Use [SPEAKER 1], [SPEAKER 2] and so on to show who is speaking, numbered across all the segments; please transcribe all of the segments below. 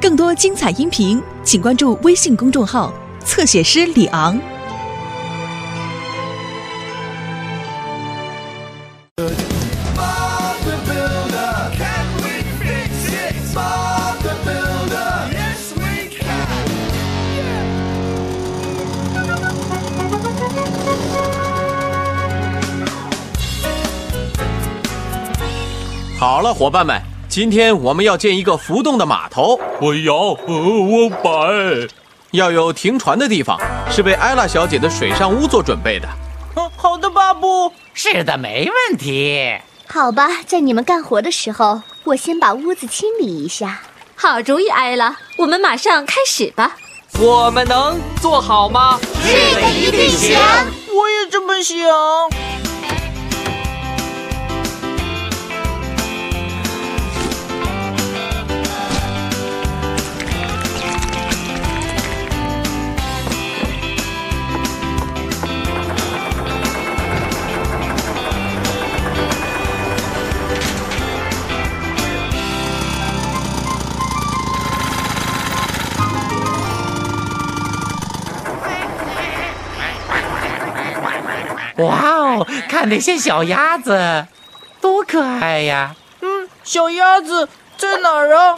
[SPEAKER 1] 更多精彩音频，请关注微信公众号“侧写师李昂”。
[SPEAKER 2] Mother Builder, can we fix it? Mother Builder, yes we can.
[SPEAKER 3] 好了，伙伴们，今天我们要建一个浮动的码头，
[SPEAKER 4] 我摇，呃，我摆。
[SPEAKER 3] 要有停船的地方，是为艾拉小姐的水上屋做准备的。
[SPEAKER 5] 好的，巴布。
[SPEAKER 6] 是的，没问题。
[SPEAKER 7] 好吧，在你们干活的时候，我先把屋子清理一下。
[SPEAKER 8] 好主意，艾拉，我们马上开始吧。
[SPEAKER 9] 我们能做好吗？
[SPEAKER 10] 是的，一定行。
[SPEAKER 5] 我也这么想。
[SPEAKER 6] 哇哦，看那些小鸭子，多可爱呀！
[SPEAKER 5] 嗯，小鸭子在哪儿啊？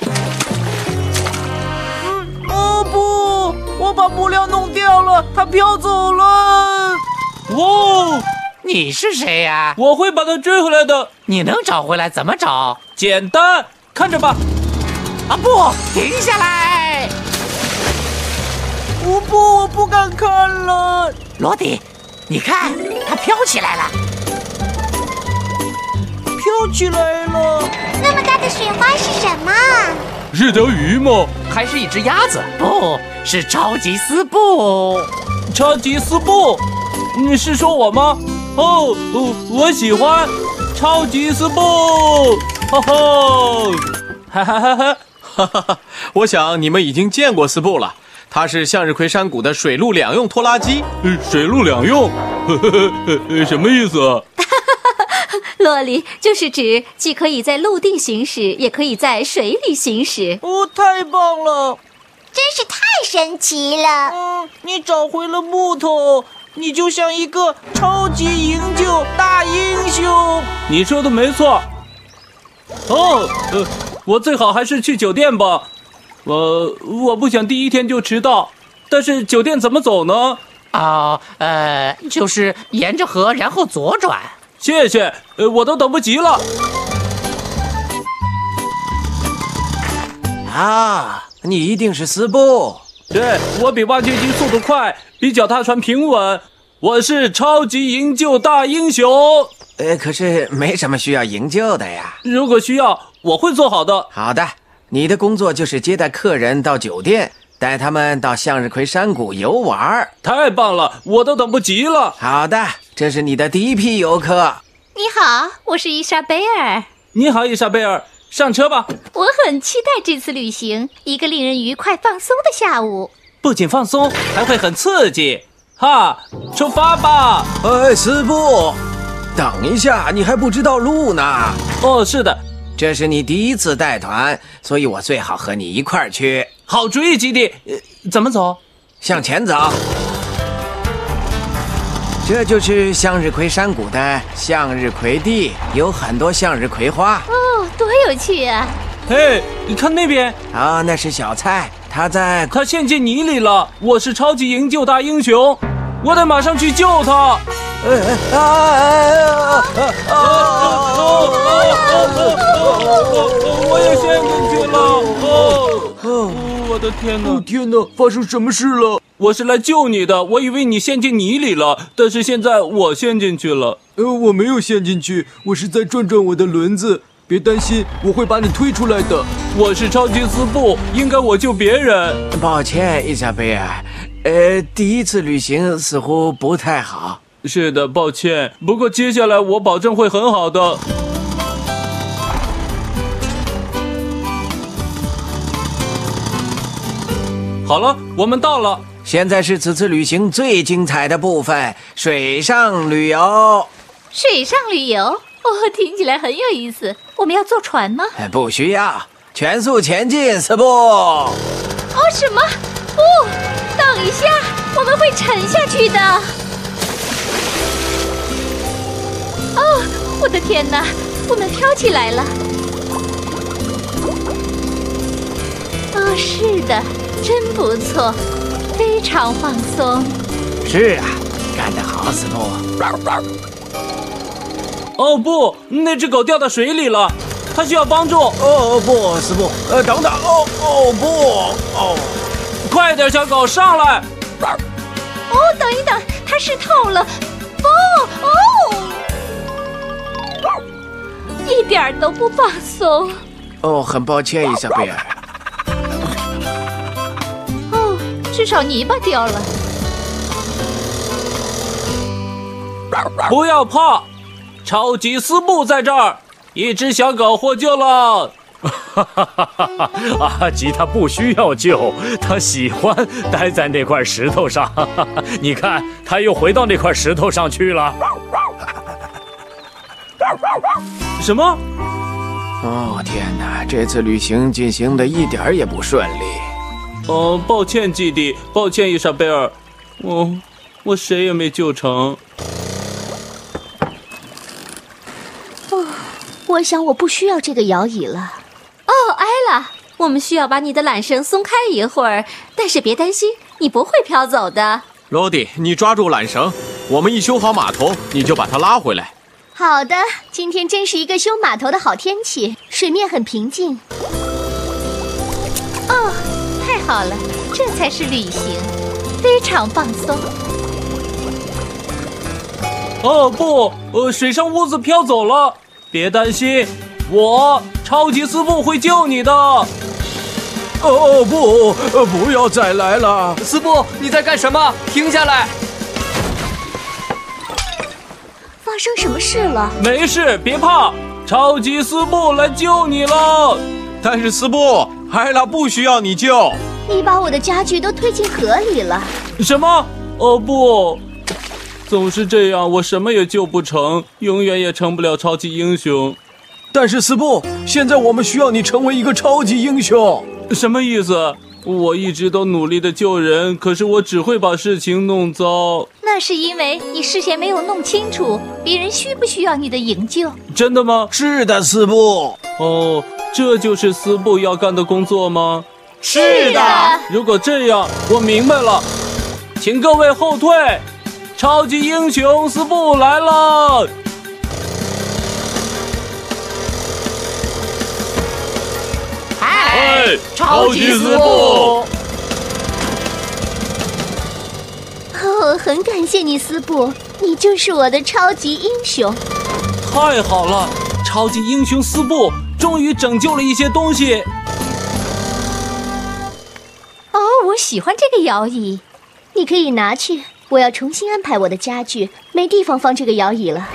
[SPEAKER 5] 嗯，哦不，我把布料弄掉了，它飘走了。
[SPEAKER 6] 哦，你是谁呀、
[SPEAKER 4] 我会把它追回来的，
[SPEAKER 6] 你能找回来？怎么找？
[SPEAKER 4] 简单，看着吧。
[SPEAKER 6] 啊不，停下来！
[SPEAKER 5] 我哦不，我不敢看了。
[SPEAKER 6] 罗迪，你看，它飘起来了。
[SPEAKER 5] 飘起来了，
[SPEAKER 10] 那么大的水花是什么？
[SPEAKER 4] 是条鱼吗？
[SPEAKER 9] 还是一只鸭子？
[SPEAKER 6] 不是超级丝布。
[SPEAKER 4] 超级丝布，你是说我吗？哦，哦我喜欢超级丝布，吼吼，哈哈哈
[SPEAKER 3] 哈
[SPEAKER 4] 哈！
[SPEAKER 3] 哈 哈，我想你们已经见过斯布了，它是向日葵山谷的水陆两用拖拉机。
[SPEAKER 4] 呃水陆两用， 呵呵呵呵呃，什么意思啊？
[SPEAKER 8] 洛里就是指既可以在陆地行驶，也可以在水里行驶。
[SPEAKER 5] 哦，太棒了。
[SPEAKER 10] 真是太神奇了！
[SPEAKER 5] 嗯，你找回了木头，你就像一个超级营救大英雄。
[SPEAKER 4] 你说的没错。哦，呃，我最好还是去酒店吧。我、我不想第一天就迟到，但是酒店怎么走呢？
[SPEAKER 6] 哦，呃，就是沿着河，然后左转。
[SPEAKER 4] 谢谢，呃，我都等不及了。
[SPEAKER 3] 啊，你一定是斯布。
[SPEAKER 4] 对我比挖掘机速度快，比脚踏船平稳，我是超级营救大英雄。
[SPEAKER 11] 呃，可是没什么需要营救的呀。
[SPEAKER 4] 如果需要，我会做好的。
[SPEAKER 11] 好的，你的工作就是接待客人到酒店，带他们到向日葵山谷游玩儿。
[SPEAKER 4] 太棒了，我都等不及了。
[SPEAKER 11] 好的，这是你的第一批游客。
[SPEAKER 8] 你好，我是伊莎贝尔，
[SPEAKER 4] 你好，伊莎贝尔，上车吧。
[SPEAKER 8] 我很期待这次旅行，一个令人愉快放松的下午。
[SPEAKER 4] 不仅放松，还会很刺激。哈，出发吧！
[SPEAKER 11] 哎，斯布，等一下，你还不知道路呢。
[SPEAKER 4] 哦，是的，
[SPEAKER 11] 这是你第一次带团，所以我最好和你一块儿去。
[SPEAKER 4] 好主意，基地。呃，怎么走？
[SPEAKER 11] 向前走，这就是向日葵山谷的向日葵地，有很多向日葵花。
[SPEAKER 8] 哦，多有趣啊！
[SPEAKER 4] 嘿，你看那边，
[SPEAKER 11] 啊、那是小菜，它在
[SPEAKER 4] 他陷进泥里了。我是超级营救大英雄，我得马上去救他。
[SPEAKER 11] 啊啊啊
[SPEAKER 4] 我也陷进去了！哦，我的天哪！
[SPEAKER 5] 天哪，发生什么事了？
[SPEAKER 4] 我是来救你的，我以为你陷进泥里了，但是现在我陷进去了。
[SPEAKER 12] 呃，我没有陷进去，我是在转转我的轮子。别担心，我会把你推出来的。
[SPEAKER 4] 我是超级斯布，应该我救别人。
[SPEAKER 11] 抱歉，伊莎贝尔，呃，第一次旅行似乎不太好。
[SPEAKER 4] 是的，抱歉，不过接下来我保证会很好的。好了，我们到了。
[SPEAKER 11] 现在是此次旅行最精彩的部分——水上旅游。
[SPEAKER 8] 水上旅游，哦，听起来很有意思。我们要坐船吗？
[SPEAKER 11] 哎呃不需要，全速前进，斯布！哦，
[SPEAKER 8] 什么？不、哦，等一下，我们会沉下去的。哦，我的天哪，我们飘起来了！哦，是的，真不错，非常放松。
[SPEAKER 11] 是啊，干得好，斯布！
[SPEAKER 4] 哦不，那只狗掉到水里了。他需要帮助。
[SPEAKER 11] 哦不，师傅，呃，等等，哦哦不，哦，
[SPEAKER 4] 快点，小狗上来。
[SPEAKER 8] 哦，等一等，它湿透了。不，哦，一点都不放松。
[SPEAKER 11] 哦，很抱歉，伊莎贝尔。
[SPEAKER 8] 哦，至少泥巴掉了。
[SPEAKER 4] 不要怕，超级丝布在这儿。一只小狗获救 了，
[SPEAKER 13] 哈哈哈哈哈！阿吉他不需要救，他喜欢待在那块石头上。 你看，他又回到那块石头上去了。
[SPEAKER 4] 什么？
[SPEAKER 11] 哦天哪！这次旅行进行的一点儿也不顺利。
[SPEAKER 13] 呃
[SPEAKER 4] 哦，抱歉，基地，抱歉，伊莎贝尔，我我谁也没救成。
[SPEAKER 7] 我想我不需要这个摇椅了。哦，
[SPEAKER 8] 艾拉，我们需要把你的缆绳松开一会儿，但是别担心，你不会飘走的。
[SPEAKER 3] 罗迪，你抓住缆绳，我们一修好码头，你就把它拉回来。
[SPEAKER 7] 好的，今天真是一个修码头的好天气，水面很平静。
[SPEAKER 8] 哦，太好了，这才是旅行，非常放松。
[SPEAKER 4] 哦不，呃，水上屋子飘走了。别担心，我超级司布会救你的。哦呃
[SPEAKER 12] 哦不，不要再来了！
[SPEAKER 9] 司布，你在干什么？停下来！
[SPEAKER 7] 发生什么事了？
[SPEAKER 4] 没事，别怕，超级司布来救你了。
[SPEAKER 3] 但是司布，
[SPEAKER 11] 哎
[SPEAKER 3] 艾拉不需要你救。
[SPEAKER 7] 你把我的家具都推进河里了。
[SPEAKER 4] 什么？哦不！总是这样，我什么也救不成，永远也成不了超级英雄。
[SPEAKER 12] 但是斯布，现在我们需要你成为一个超级英雄。
[SPEAKER 4] 什么意思？我一直都努力的救人，可是我只会把事情弄糟。
[SPEAKER 8] 那是因为你事先没有弄清楚别人需不需要你的营救。
[SPEAKER 4] 真的吗？
[SPEAKER 11] 是的，斯布。
[SPEAKER 4] 哦，这就是斯布要干的工作吗？
[SPEAKER 10] 是的。
[SPEAKER 4] 如果这样，我明白了，请各位后退。超级英雄斯布来了！
[SPEAKER 3] 哎
[SPEAKER 9] 嗨，超级斯布！
[SPEAKER 7] 哦，很感谢你，斯布，你就是我的超级英雄。
[SPEAKER 4] 太好了，超级英雄斯布终于拯救了一些东西。
[SPEAKER 8] 哦，我喜欢这个摇椅，
[SPEAKER 7] 你可以拿去。我要重新安排我的家具，没地方放这个摇椅了。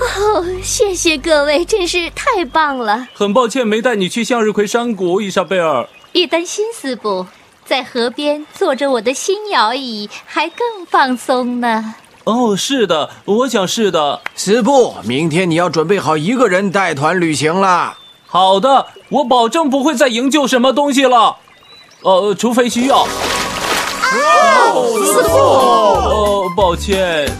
[SPEAKER 7] 哦，谢谢各位，真是太棒了！
[SPEAKER 4] 很抱歉没带你去向日葵山谷，伊莎贝尔。
[SPEAKER 8] 别担心，斯布，在河边坐着我的新摇椅，还更放松呢。
[SPEAKER 4] 哦，是的，我想是的。
[SPEAKER 11] 师布，明天你要准备好一个人带团旅行了。
[SPEAKER 4] 好的，我保证不会再营救什么东西了，呃，除非需要。
[SPEAKER 10] 哦，师傅。
[SPEAKER 4] 哦，抱歉。